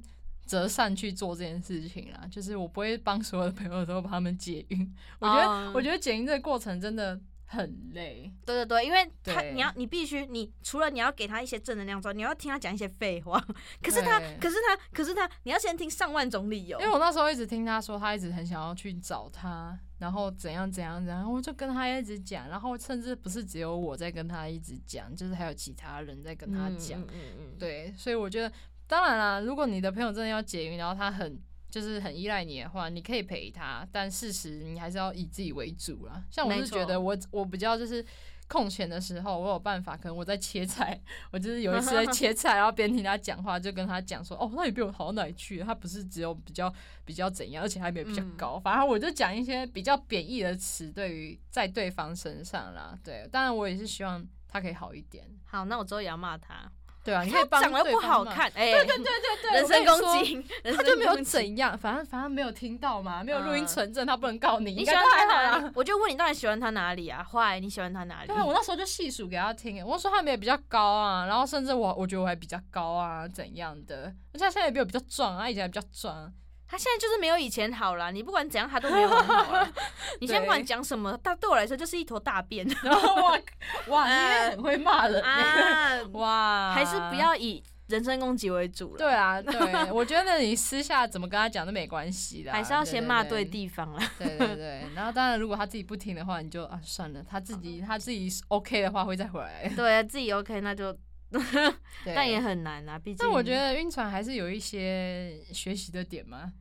Speaker 2: 择善去做这件事情啦，就是我不会帮所有的朋友都帮他们解晕，我觉得、
Speaker 1: 哦
Speaker 2: 我觉得解晕这个过程真的很累，
Speaker 1: 对对对，因为他
Speaker 2: 对
Speaker 1: 你要你必须你除了你要给他一些正能量之外，你要听他讲一些废话。可是他
Speaker 2: 对
Speaker 1: 可是他可是他，你要先听上万种理由
Speaker 2: 因。为我那时候一直听他说他一直很想要去找他，然后怎样怎样怎样，我就跟他一直讲，然后甚至不是只有我在跟他一直讲，就是还有其他人在跟他讲，
Speaker 1: 嗯嗯嗯嗯
Speaker 2: 对，所以我觉得，当然啦，如果你的朋友真的要解晕，然后他很就是很依赖你的话，你可以陪他，但事实你还是要以自己为主啦。像我
Speaker 1: 没
Speaker 2: 是觉得
Speaker 1: 错
Speaker 2: 我我比较就是。空闲的时候，我有办法，可能我在切菜，我就是有一次在切菜，然后边听他讲话，就跟他讲说，哦，那你比我好到哪里去？他不是只有比较比较怎样，而且还没有比较
Speaker 1: 嗯
Speaker 2: 高，反正我就讲一些比较贬义的词，对于在对方身上啦，对，当然我也是希望他可以好一点，
Speaker 1: 好，那我之后也要骂他。
Speaker 2: 对啊，你可以帮
Speaker 1: 他长得
Speaker 2: 对
Speaker 1: 不
Speaker 2: 方
Speaker 1: 好
Speaker 2: 嘛
Speaker 1: 看，哎，
Speaker 2: 对对对对，
Speaker 1: 人身
Speaker 2: 我跟你
Speaker 1: 攻击，人
Speaker 2: 说，他
Speaker 1: 身
Speaker 2: 就没有
Speaker 1: 攻击。
Speaker 2: 怎样，反正反正没有听到嘛，没有录音存证，他不能告你，
Speaker 1: 你
Speaker 2: 应
Speaker 1: 喜
Speaker 2: 该
Speaker 1: 欢
Speaker 2: 都
Speaker 1: 他
Speaker 2: 还
Speaker 1: 哪
Speaker 2: 好啦。
Speaker 1: 里？我就问你到底喜欢他哪里啊？坏，你喜欢他哪里
Speaker 2: 对？啊，我那时候就细数给他听，我说他没有比较高啊，然后甚至我我觉得我还比较高啊，怎样的？而且他现在也比我比较壮啊，他以前还比较壮啊，
Speaker 1: 他现在就是没有以前好啦，你不管怎样，他都没有很好 啦。你先不管讲什么，他对我来说就是一坨大便
Speaker 2: 然后哇 哇，你也
Speaker 1: 哎
Speaker 2: 很会骂 人欸，
Speaker 1: 啊！
Speaker 2: 哇，
Speaker 1: 还是不。要以人身攻击为主了。
Speaker 2: 对啊，对，我觉得你私下怎么跟他讲都没关系的，
Speaker 1: 还是要先骂
Speaker 2: 对
Speaker 1: 对啊地方啦。
Speaker 2: 对对对，然后当然，如果他自己不听的话，你就啊算了，他自己他自己 OK 的话会再回来。
Speaker 1: 对，自己 OK 那就，
Speaker 2: 对
Speaker 1: 但也很难啊，毕竟。
Speaker 2: 但我觉得晕船还是有一些学习的点吗？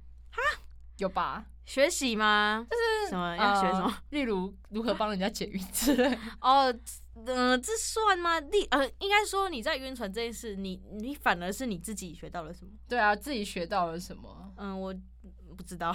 Speaker 2: 有吧？
Speaker 1: 学习吗？就是什么啊要学什么？
Speaker 2: 呃？例如如何帮人家解晕之类。
Speaker 1: 哦， 嗯、这算吗？第呃，应该说你在晕船这件事，你你反而是你自己学到了什么？
Speaker 2: 对啊，自己学到了什么？
Speaker 1: 嗯，我不知 道，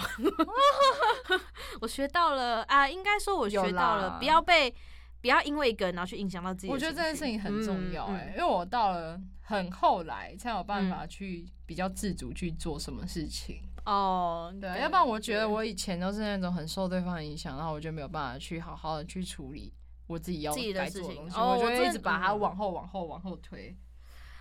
Speaker 1: 我学到了啊，应该说我学
Speaker 2: 有啦
Speaker 1: 到了，不要被不要因为一个人然后去影响到自己的情绪。
Speaker 2: 我觉得这件事情很重要哎、
Speaker 1: 嗯嗯
Speaker 2: 因为我到了很后来才有办法去比较自主去做什么事情。
Speaker 1: 哦，
Speaker 2: 对，啊要不然我觉得
Speaker 1: 对
Speaker 2: 我以前都是那种很受对方影响，然后我就没有办法去好好的去处理我自己要
Speaker 1: 自己的
Speaker 2: 该
Speaker 1: 事
Speaker 2: 做的
Speaker 1: 情
Speaker 2: 东西，
Speaker 1: 哦
Speaker 2: 我就
Speaker 1: 我
Speaker 2: 会
Speaker 1: 真
Speaker 2: 一直
Speaker 1: 的
Speaker 2: 把它
Speaker 1: 嗯
Speaker 2: 往后、往后、往后推，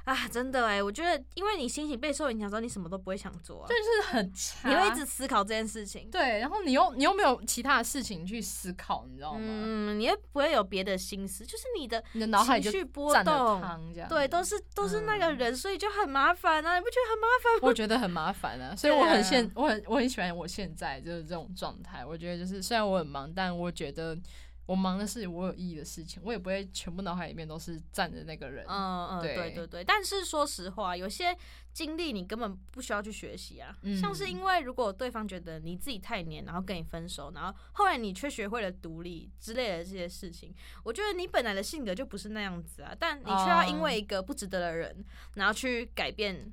Speaker 1: 啊，真的哎，我觉得因为你心情备受影响之后，你什么都不会想做、啊
Speaker 2: 这，就是很差。
Speaker 1: 你会一直思考这件事情。
Speaker 2: 啊对，然后你又你又没有其他的事情去思考，你知道吗？
Speaker 1: 嗯，你又不会有别的心思，就是你的
Speaker 2: 你的脑海就
Speaker 1: 情绪波
Speaker 2: 占了
Speaker 1: 动，
Speaker 2: 汤这样。
Speaker 1: 对，都是都是那
Speaker 2: 嗯
Speaker 1: 个人，所以就很麻烦啊，你不觉得很麻烦？
Speaker 2: 我觉得很麻烦 啊，所以
Speaker 1: 对
Speaker 2: 我
Speaker 1: 啊
Speaker 2: 很现，我很我很喜欢我现在就是这种状态。我觉得就是虽然我很忙，但我觉得我忙的是我有意义的事情，我也不会全部脑海里面都是站着那个人。
Speaker 1: 嗯嗯，
Speaker 2: 对
Speaker 1: 对对对。但是说实话，有些经历你根本不需要去学习啊。
Speaker 2: 嗯
Speaker 1: 像是因为如果对方觉得你自己太黏，然后跟你分手，然后后来你却学会了独立之类的这些事情，我觉得你本来的性格就不是那样子啊，但你却要因
Speaker 2: 哦
Speaker 1: 为一个不值得的人，然后去改变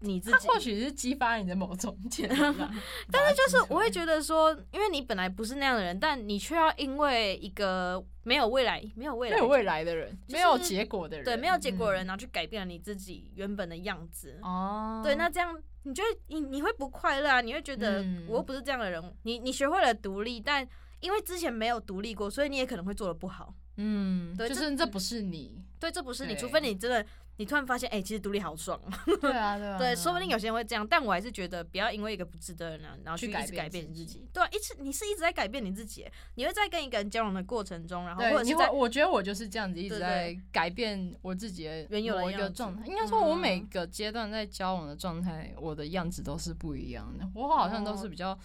Speaker 1: 你自
Speaker 2: 它
Speaker 1: 己。
Speaker 2: 或许是激发你的某种潜 能啊，但是就
Speaker 1: 就是我会觉得说，因为你本来不是那样的人，但你却要因为一个没有未来、没有未
Speaker 2: 没
Speaker 1: 来
Speaker 2: 有未来的人，
Speaker 1: 就是
Speaker 2: 没有结果的人，
Speaker 1: 对没有结果的人，
Speaker 2: 嗯
Speaker 1: 然后去改变了你自己原本的样子。
Speaker 2: 哦，
Speaker 1: 对，那这样你就会你你会不快乐啊？你会觉得
Speaker 2: 嗯
Speaker 1: 我又不是这样的人，你你学会了独立，但因为之前没有独立过，所以你也可能会做的不好。
Speaker 2: 嗯，
Speaker 1: 对
Speaker 2: 就
Speaker 1: 这
Speaker 2: 是这不是 你，
Speaker 1: 对，这不是你，
Speaker 2: 对
Speaker 1: 除非你真的你突然发现，哎、其实独立好爽。
Speaker 2: 对啊，对啊，
Speaker 1: 对，
Speaker 2: 啊
Speaker 1: 说不定有些人会这样，但我还是觉得不要因为一个不值得的人，啊然后
Speaker 2: 去
Speaker 1: 去一
Speaker 2: 改
Speaker 1: 直
Speaker 2: 变
Speaker 1: 改变
Speaker 2: 自
Speaker 1: 你自
Speaker 2: 己
Speaker 1: 己。对啊，一直你是一直在改变你自己，你会在跟一个人交往的过程中，然后或
Speaker 2: 对，
Speaker 1: 者
Speaker 2: 你
Speaker 1: 是
Speaker 2: 会
Speaker 1: 在
Speaker 2: 我觉得我就是这样子，一直
Speaker 1: 对
Speaker 2: 在改变我自己的
Speaker 1: 原有的
Speaker 2: 某一个
Speaker 1: 样子
Speaker 2: 状态。应该说，我每
Speaker 1: 嗯
Speaker 2: 个阶段在交往的状态，我的样子都是不一样的。我好像都是比较
Speaker 1: 哦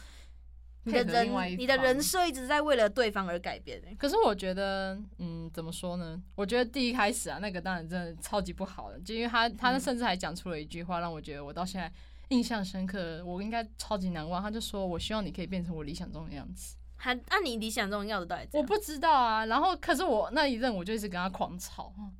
Speaker 1: 你
Speaker 2: 配合
Speaker 1: 的人
Speaker 2: 另外一
Speaker 1: 你的
Speaker 2: 方
Speaker 1: 人设一直在为了对方而改变、欸。
Speaker 2: 可是我觉得，嗯，怎么说呢？我觉得第一开始啊，那个当然真的超级不好的，就因为他他
Speaker 1: 嗯
Speaker 2: 甚至还讲出了一句话，让我觉得我到现在印象深刻，我应该超级难忘。他就说我希望你可以变成我理想中的样子。
Speaker 1: 还按、你理想中要的到底
Speaker 2: 我
Speaker 1: 怎样？
Speaker 2: 不知道啊，然后可是我那一任我就一直跟他狂吵，
Speaker 1: 嗯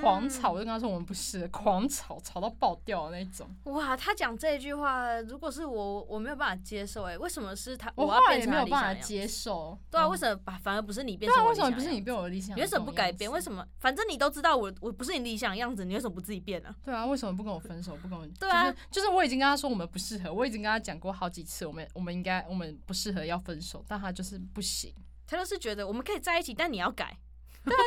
Speaker 2: 狂吵，我就跟他说我们不是，狂吵吵到爆掉的那种。
Speaker 1: 哇，他讲这一句话，如果是我，我没有办法接受、欸。哎，为什么是他？
Speaker 2: 我
Speaker 1: 要
Speaker 2: 后来
Speaker 1: 变
Speaker 2: 也
Speaker 1: 成
Speaker 2: 没
Speaker 1: 他
Speaker 2: 有
Speaker 1: 理
Speaker 2: 办
Speaker 1: 想
Speaker 2: 法
Speaker 1: 的样
Speaker 2: 接
Speaker 1: 子。
Speaker 2: 受。
Speaker 1: 对啊，
Speaker 2: 嗯
Speaker 1: 为什么反反而不是你变
Speaker 2: 对啊，
Speaker 1: 成我
Speaker 2: 为
Speaker 1: 理
Speaker 2: 什么
Speaker 1: 想
Speaker 2: 不是
Speaker 1: 的
Speaker 2: 你
Speaker 1: 样
Speaker 2: 变
Speaker 1: 子
Speaker 2: 我的理想？
Speaker 1: 你为什么不改变？为
Speaker 2: 么？
Speaker 1: 什么？反正你都知道我我不是你理想的样子，你为什么不自己变呢、
Speaker 2: 对啊，为什么不跟我分手？不跟我
Speaker 1: 对
Speaker 2: 就
Speaker 1: 啊
Speaker 2: 是就是我已经跟他说我们不适合，我已经跟他讲过好几次，我们我们应该我们不适合要分手，但他就是不行。
Speaker 1: 他就是觉得我们可以在一起，但你要改。
Speaker 2: 对
Speaker 1: 你是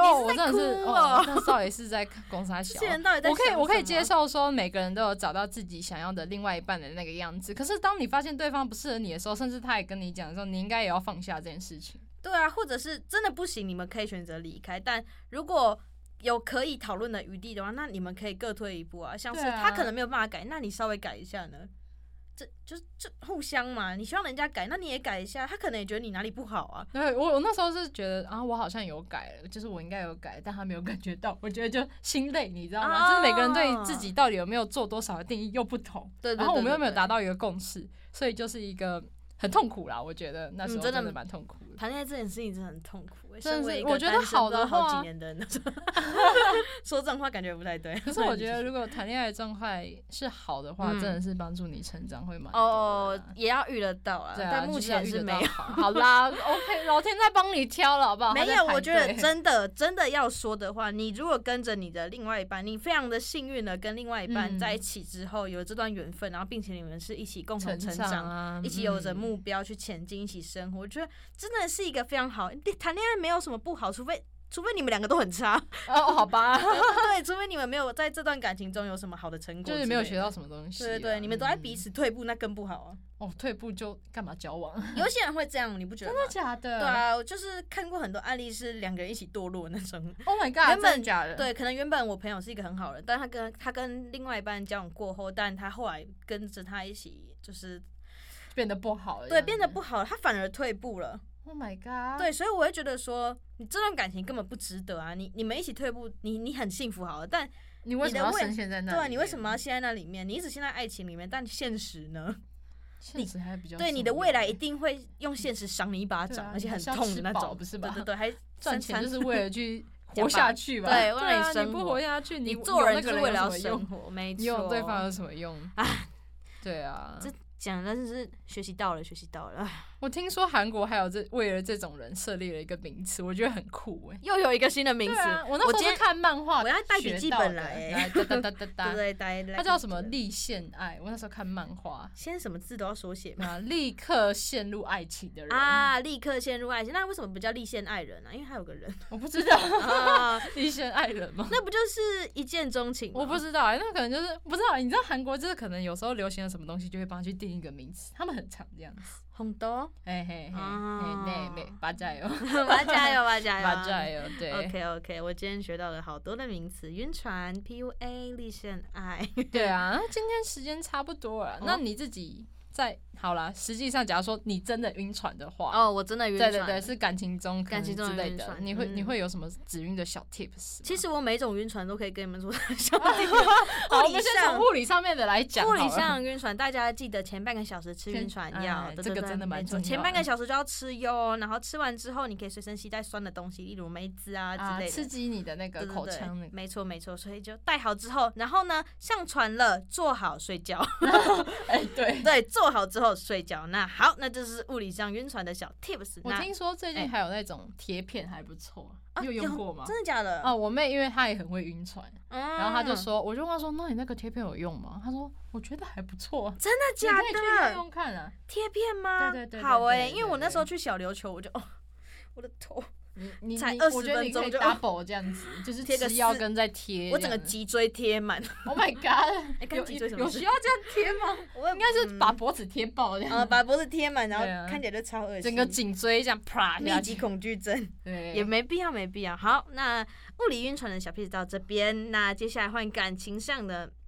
Speaker 2: 哦，我真
Speaker 1: 在
Speaker 2: 的是，
Speaker 1: 哭
Speaker 2: 哦
Speaker 1: 哦、
Speaker 2: 那少爷是在公司
Speaker 1: 这
Speaker 2: 小啊
Speaker 1: 些。人到底在
Speaker 2: 我可以，
Speaker 1: 想
Speaker 2: 我可以
Speaker 1: 什么啊
Speaker 2: 接受说每个人都有找到自己想要的另外一半的那个样子。可是当你发现对方不适合你的时候，甚至他也跟你讲的时候，你应该也要放下这件事情。
Speaker 1: 对啊，或者是真的不行，你们可以选择离开。但如果有可以讨论的余地的话，那你们可以各退一步啊。像是
Speaker 2: 对啊
Speaker 1: 他可能没有办法改，那你稍微改一下呢？这就是这互相嘛，你希望人家改，那你也改一下。他可能也觉得你哪里不好啊。
Speaker 2: 对我，我那时候是觉得啊，我好像有改了，就是我应该有改，但他没有感觉到，我觉得就心累，你知道吗？
Speaker 1: 啊
Speaker 2: 就是每个人对自己到底有没有做多少的定义又不同，
Speaker 1: 对对对
Speaker 2: 然后我们又没有达
Speaker 1: 到。
Speaker 2: 到一个共识，所以就是一个很痛苦啦。我觉得那时候
Speaker 1: 嗯真的
Speaker 2: 真的蛮痛苦的。
Speaker 1: 谈恋爱这件事情真的很痛苦、欸，
Speaker 2: 真的是
Speaker 1: 身为一个
Speaker 2: 我觉得
Speaker 1: 单身
Speaker 2: 好的
Speaker 1: 不知道好
Speaker 2: 话
Speaker 1: 几年的人， 说这种话感觉不太对。
Speaker 2: 可是我 觉得，如果谈恋爱的状态是好的话，
Speaker 1: 嗯
Speaker 2: 真的是帮助你成长会蛮多
Speaker 1: 哦
Speaker 2: 的啦，
Speaker 1: 也要遇得到啊，
Speaker 2: 对啊，
Speaker 1: 但目
Speaker 2: 就是要
Speaker 1: 前
Speaker 2: 遇
Speaker 1: 是
Speaker 2: 得
Speaker 1: 没
Speaker 2: 到
Speaker 1: 有。
Speaker 2: 好。好啦，OK，老 天在帮你挑了，好不好？
Speaker 1: 没
Speaker 2: 他在
Speaker 1: 有，
Speaker 2: 排
Speaker 1: 我觉得
Speaker 2: 队
Speaker 1: 真的真的要说的话，你如果跟着你的另外一半，你非常的幸运的跟另外一半
Speaker 2: 嗯
Speaker 1: 在一起之后有这段缘分，然后并且你们是一起共同
Speaker 2: 成
Speaker 1: 成
Speaker 2: 长
Speaker 1: 长，
Speaker 2: 啊，
Speaker 1: 一起有着
Speaker 2: 嗯
Speaker 1: 目标去前进，一起生活，我觉得真的是一个非常好。谈恋爱没有什么不好，除非。除非你们两个都很差，
Speaker 2: 哦，好吧。
Speaker 1: 对，除非你们没有在这段感情中有什么好的成果，
Speaker 2: 就是没有学。到什么东西啊。
Speaker 1: 对对对，你们都在彼
Speaker 2: 嗯
Speaker 1: 此退步，那更不好啊。
Speaker 2: 哦，退步就干嘛交 往？
Speaker 1: 有些人会这样，你不觉得吗？
Speaker 2: 假的
Speaker 1: 对啊，我就是看过很多案例是两个人一起堕落那种。
Speaker 2: ，Oh my
Speaker 1: 原
Speaker 2: god，
Speaker 1: 本
Speaker 2: 真的假的？，
Speaker 1: 对，可能原本我朋友是一个很好人，但他跟他跟另外一半交往过后，但他后来跟着他一起，就是
Speaker 2: 变得不好了，
Speaker 1: 对变得不。好，他反而退步了。
Speaker 2: Oh my god，，
Speaker 1: 对，所以我会觉得说，你这段感情根本不值得啊！你你们一起退步，你你很幸福好了，但
Speaker 2: 你为什么要
Speaker 1: 你的未
Speaker 2: 深陷在那
Speaker 1: 对
Speaker 2: 里面？
Speaker 1: 啊，你为什么要陷在那里面？你一直陷在爱情里面，但现实呢？
Speaker 2: 现实还比较
Speaker 1: 对你的未来一定会用现实赏你一巴
Speaker 2: 对啊
Speaker 1: 掌，而且
Speaker 2: 你
Speaker 1: 很
Speaker 2: 还是要
Speaker 1: 痛
Speaker 2: 吃
Speaker 1: 的那
Speaker 2: 饱
Speaker 1: 种，
Speaker 2: 不是
Speaker 1: 对
Speaker 2: 吧
Speaker 1: 对对，还
Speaker 2: 赚
Speaker 1: 三
Speaker 2: 钱
Speaker 1: 餐
Speaker 2: 就是为了去活
Speaker 1: 假扮
Speaker 2: 下去吧？
Speaker 1: 对为了
Speaker 2: 啊，
Speaker 1: 你生
Speaker 2: 你不
Speaker 1: 活
Speaker 2: 活下去，
Speaker 1: 你
Speaker 2: 你
Speaker 1: 做
Speaker 2: 有
Speaker 1: 人
Speaker 2: 那
Speaker 1: 是
Speaker 2: 个人
Speaker 1: 为
Speaker 2: 有
Speaker 1: 了要
Speaker 2: 什么
Speaker 1: 生
Speaker 2: 用？
Speaker 1: 活，没
Speaker 2: 你
Speaker 1: 错。
Speaker 2: 有对方有什么用？ 对啊，
Speaker 1: 这讲的真是学习到了，学习到了，唉
Speaker 2: 我听说韩国还有这为了这种人设立了一个名词，我觉得很酷哎。
Speaker 1: 又有一个新的名
Speaker 2: 对
Speaker 1: 词。
Speaker 2: 啊，我那时候
Speaker 1: 今天
Speaker 2: 是看漫画学到
Speaker 1: 我
Speaker 2: 的，
Speaker 1: 要带笔记本来欸
Speaker 2: 哒哒哒哒哒
Speaker 1: 对不。对？来来，
Speaker 2: 它叫什么？
Speaker 1: 对
Speaker 2: 立现爱。我那时候看漫画，
Speaker 1: 先什么字都要缩写嘛。
Speaker 2: 啊，立刻陷入爱情的人，
Speaker 1: 啊！立刻陷入爱情，那为什么不叫立现爱人啊？因为他有个人
Speaker 2: 我不知道
Speaker 1: 啊，
Speaker 2: 立现爱人吗？
Speaker 1: 那不就是一见钟情吗？
Speaker 2: 我不知道、欸，那可能就是不知道。你知道韩国就是可能有时候流行了什么东西，就会帮他去定一个名词，他们很常这 样子。
Speaker 1: 红豆，
Speaker 2: 嘿嘿嘿，
Speaker 1: 啊
Speaker 2: 嘿嘿，嘿巴加 油，
Speaker 1: 我要加 油，我要加油，
Speaker 2: 巴加油，对啊
Speaker 1: OK OK，我今天学到了好多的名词：晕船、PUA、立现爱。
Speaker 2: 对啊。那今天时间差不多了，
Speaker 1: 哦
Speaker 2: 那你自己在好啦，实际上，假如说你真的晕船的话，
Speaker 1: 哦，我真的晕
Speaker 2: 对
Speaker 1: 船。
Speaker 2: 对对，是感情中可能
Speaker 1: 感情中
Speaker 2: 之
Speaker 1: 的
Speaker 2: 类
Speaker 1: 晕
Speaker 2: 的，
Speaker 1: 船
Speaker 2: 你会你
Speaker 1: 嗯
Speaker 2: 会有什么止晕的小 tips？吗
Speaker 1: 其实我每种晕船都可以跟你们说， 像
Speaker 2: 好，我
Speaker 1: 物理
Speaker 2: 们先
Speaker 1: 上
Speaker 2: 从物理上面的来讲好
Speaker 1: 物
Speaker 2: 了。
Speaker 1: 理上晕船，大家记得前半个小时吃
Speaker 2: 先
Speaker 1: 晕船药
Speaker 2: 哎，
Speaker 1: 对
Speaker 2: 这个
Speaker 1: 对对
Speaker 2: 真的蛮
Speaker 1: 没错
Speaker 2: 重要的
Speaker 1: 前半个小时就要吃哟，然后吃完之后，你可以随身携带酸的东西，例如梅子啊之
Speaker 2: 啊，
Speaker 1: 类的。
Speaker 2: 刺激你的那
Speaker 1: 对
Speaker 2: 个
Speaker 1: 对
Speaker 2: 口
Speaker 1: 对
Speaker 2: 腔那个。
Speaker 1: 没错没错，所以就带好之后，然后呢，上船了，坐好睡觉，
Speaker 2: 哎，对，
Speaker 1: 对，坐做好之后睡觉。那好，那这是物理上晕船的小 tips
Speaker 2: 我
Speaker 1: 那。
Speaker 2: 听说最
Speaker 1: 哎
Speaker 2: 近还有那种贴片还不错，
Speaker 1: 啊
Speaker 2: 你有用过吗？
Speaker 1: 真的假的？
Speaker 2: 哦，我妹因为她也很会晕船，
Speaker 1: 嗯，
Speaker 2: 然后她就说，我就问她说，那你那个贴片有用吗？她说我觉得还不错，啊
Speaker 1: 真的
Speaker 2: 你
Speaker 1: 假
Speaker 2: 可以去用
Speaker 1: 的？
Speaker 2: 用看啊。
Speaker 1: 贴片吗？
Speaker 2: 对对对对
Speaker 1: 好哎、
Speaker 2: 对对对
Speaker 1: 因为我那时候去小琉球，我就哦，我的头，
Speaker 2: 你你
Speaker 1: 才
Speaker 2: 你
Speaker 1: 20
Speaker 2: 我觉得你可以
Speaker 1: 分钟就哦
Speaker 2: double 这样子，就是
Speaker 1: 贴个
Speaker 2: 吃药
Speaker 1: 四
Speaker 2: 跟再贴这样子。
Speaker 1: 我整个脊椎贴满，
Speaker 2: Oh my god！
Speaker 1: 哎干
Speaker 2: 有
Speaker 1: 脊椎什
Speaker 2: 有
Speaker 1: 么
Speaker 2: 有
Speaker 1: 事
Speaker 2: 需要这样贴 吗？
Speaker 1: 我
Speaker 2: 应该是把
Speaker 1: 嗯
Speaker 2: 脖子贴爆这样，
Speaker 1: 呃把脖子贴满，然
Speaker 2: 对啊
Speaker 1: 后看起来就超恶心，
Speaker 2: 整个颈椎这样啪
Speaker 1: 密
Speaker 2: 下
Speaker 1: 集
Speaker 2: 去。
Speaker 1: 恐惧症。
Speaker 2: 对，
Speaker 1: 也没必要，没必要。好，那物理晕船的小屁子到这边，那接下来换感情上的。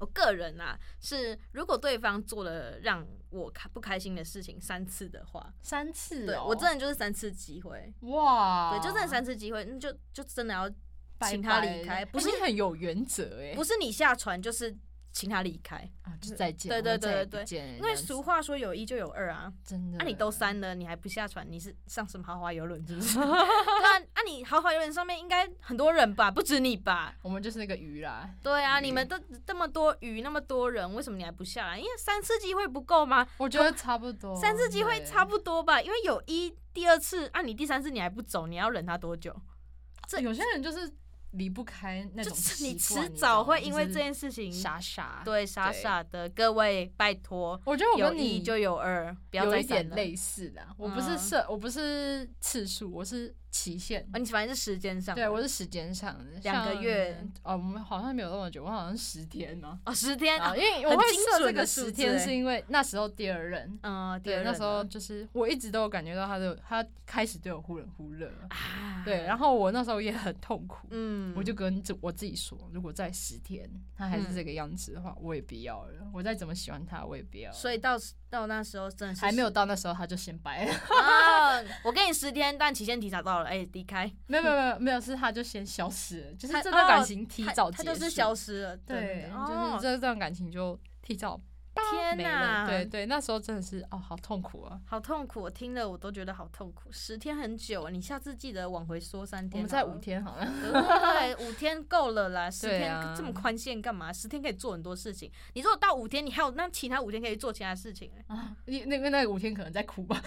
Speaker 1: 我个人啊，是如果对方做了让我开不开心的事情三次的话，
Speaker 2: 三次、
Speaker 1: 对
Speaker 2: 哦，
Speaker 1: 我真的就是三哦次机会，
Speaker 2: 哇，
Speaker 1: 对，就真的三次机会，那就就真的要
Speaker 2: 拜拜，
Speaker 1: 请他离 开，
Speaker 2: 哎
Speaker 1: 不是
Speaker 2: 你很有原则哎、
Speaker 1: 不是你下船，就是请他离开。
Speaker 2: 啊，就再见，
Speaker 1: 对对
Speaker 2: 我再也
Speaker 1: 对对
Speaker 2: 不见了
Speaker 1: 因为
Speaker 2: 这样子
Speaker 1: 俗话说有一就有二啊，
Speaker 2: 真的，
Speaker 1: 那、你都删了，你还不下船，你是上什么豪华游轮是不 是？对啊，啊你豪华游轮上面应该很多人吧，不止你吧？
Speaker 2: 我们就是那个鱼啦，
Speaker 1: 对啊，
Speaker 2: 嗯
Speaker 1: 你们都这么多鱼，那么多人，为什么你还不下来？因为三次机会不够吗？
Speaker 2: 我觉得差不多，
Speaker 1: 三次机会
Speaker 2: 对
Speaker 1: 差不多吧，因为有一、第二次，啊，你第三次你还不走，你要忍他多久？这
Speaker 2: 哎有些人就是离不开那
Speaker 1: 就
Speaker 2: 种
Speaker 1: 是
Speaker 2: 习
Speaker 1: 你
Speaker 2: 惯，
Speaker 1: 迟
Speaker 2: 知道
Speaker 1: 早
Speaker 2: 吗
Speaker 1: 会因为
Speaker 2: 就
Speaker 1: 这
Speaker 2: 是
Speaker 1: 件事情，
Speaker 2: 傻傻。
Speaker 1: 对，傻
Speaker 2: 对
Speaker 1: 傻的。各位，拜托，
Speaker 2: 我觉得我
Speaker 1: 有
Speaker 2: 跟
Speaker 1: 一
Speaker 2: 你
Speaker 1: 就有二，不要
Speaker 2: 有
Speaker 1: 再
Speaker 2: 一点
Speaker 1: 删了。
Speaker 2: 类似的，我不是
Speaker 1: 嗯
Speaker 2: 设，我不是次数，我是期限
Speaker 1: 啊，。你反正是时间上的，
Speaker 2: 对，我是时间上的，
Speaker 1: 两个
Speaker 2: 像
Speaker 1: 月
Speaker 2: 哦，我们好像没有那么久，我好像十天嘛。
Speaker 1: 哦十天
Speaker 2: 啊，
Speaker 1: 啊，
Speaker 2: 因为我
Speaker 1: 很
Speaker 2: 会
Speaker 1: 精
Speaker 2: 设这
Speaker 1: 准的
Speaker 2: 个
Speaker 1: 数
Speaker 2: 十
Speaker 1: 字
Speaker 2: 天，
Speaker 1: 欸
Speaker 2: 是因为那时候第二任，
Speaker 1: 嗯，第
Speaker 2: 对，
Speaker 1: 二
Speaker 2: 那
Speaker 1: 任
Speaker 2: 时候
Speaker 1: 了
Speaker 2: 就是我一直都有感觉到他的，他开始对我忽冷忽热，
Speaker 1: 啊，
Speaker 2: 对，，然后我那时候也很痛苦，
Speaker 1: 嗯，
Speaker 2: 我就跟自我自己说，如果再十天他还
Speaker 1: 嗯
Speaker 2: 是这个样子的话，我也不要了，我再怎么喜欢他，我也不要了，
Speaker 1: 所以到到那时候真的是
Speaker 2: 还没有到那时候他就先掰了，
Speaker 1: 啊，我给你十天，但期限提早到了，哎、离开。
Speaker 2: 没有没有没有没有，是他就先消失了，就是
Speaker 1: 他
Speaker 2: 这段感
Speaker 1: 哦
Speaker 2: 情提
Speaker 1: 他
Speaker 2: 早
Speaker 1: 他
Speaker 2: 结束，
Speaker 1: 就是消失了，真
Speaker 2: 对，就
Speaker 1: 的
Speaker 2: 是
Speaker 1: 哦、
Speaker 2: 这段感情就提早
Speaker 1: 天
Speaker 2: 没
Speaker 1: 哪，
Speaker 2: 了，对，对，那时候真的是哦，好痛苦啊。
Speaker 1: 好痛苦，我听了我都觉得好痛苦，十天很久，你下次记得往回缩三
Speaker 2: 我
Speaker 1: 天，
Speaker 2: 们在五，天好了，
Speaker 1: 对，五天够了 啦，十
Speaker 2: 对
Speaker 1: 天
Speaker 2: 啊
Speaker 1: 这么宽限干嘛？十天可以做很多事情，你如果到五天，你还有那其他五天可以做其他 事情、哎
Speaker 2: 那那个那个五天可能在哭吧，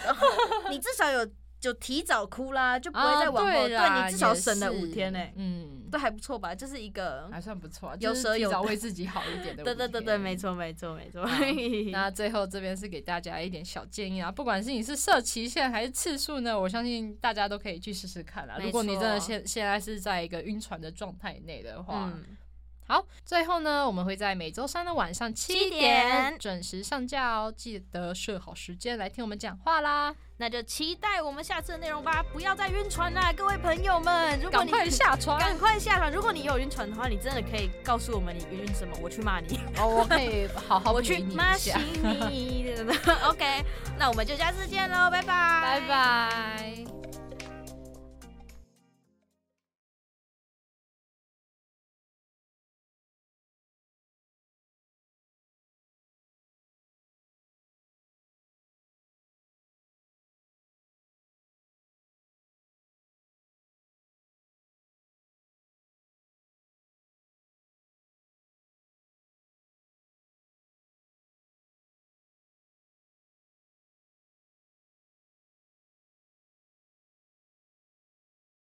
Speaker 1: 你至少有就提早哭啦，就不会
Speaker 2: 啊
Speaker 1: 再往后，
Speaker 2: 对啦
Speaker 1: 你至少
Speaker 2: 也
Speaker 1: 省了
Speaker 2: 是
Speaker 1: 五天呢、哎
Speaker 2: 嗯，
Speaker 1: 都还不错吧，这是一个。
Speaker 2: 还算不错啊，
Speaker 1: 有
Speaker 2: 就是
Speaker 1: 舍
Speaker 2: 提
Speaker 1: 有
Speaker 2: 早
Speaker 1: 得
Speaker 2: 为自己好一点的。
Speaker 1: 对对对对，没。错没错没错。
Speaker 2: 好那最后这边是给大家一点小建议啊，不管是你是设期限还是次数呢，我相信大家都可以去试试看啦。
Speaker 1: 没
Speaker 2: 如果你真的
Speaker 1: 错
Speaker 2: 现现在是在一个晕船的状态内的 话，
Speaker 1: 嗯，
Speaker 2: 好，最后呢，我们会在每周三的晚上七
Speaker 1: 7点
Speaker 2: 准时上架哦，记得设好时间来听我们讲话啦，
Speaker 1: 那就期待我们下次的内容吧！不要再晕船啦，各位朋友们！如果
Speaker 2: 赶
Speaker 1: 你
Speaker 2: 快下船
Speaker 1: 赶快下船，如果你有晕船的话，你真的可以告诉我们你晕什么，我去骂 你，
Speaker 2: 哦，我可以好好
Speaker 1: 我
Speaker 2: 陪
Speaker 1: 去
Speaker 2: 你
Speaker 1: 骂
Speaker 2: 一
Speaker 1: 醒
Speaker 2: 下，
Speaker 1: 你。OK，那我们就下次见喽，拜
Speaker 2: 拜。
Speaker 1: 拜，
Speaker 2: 拜。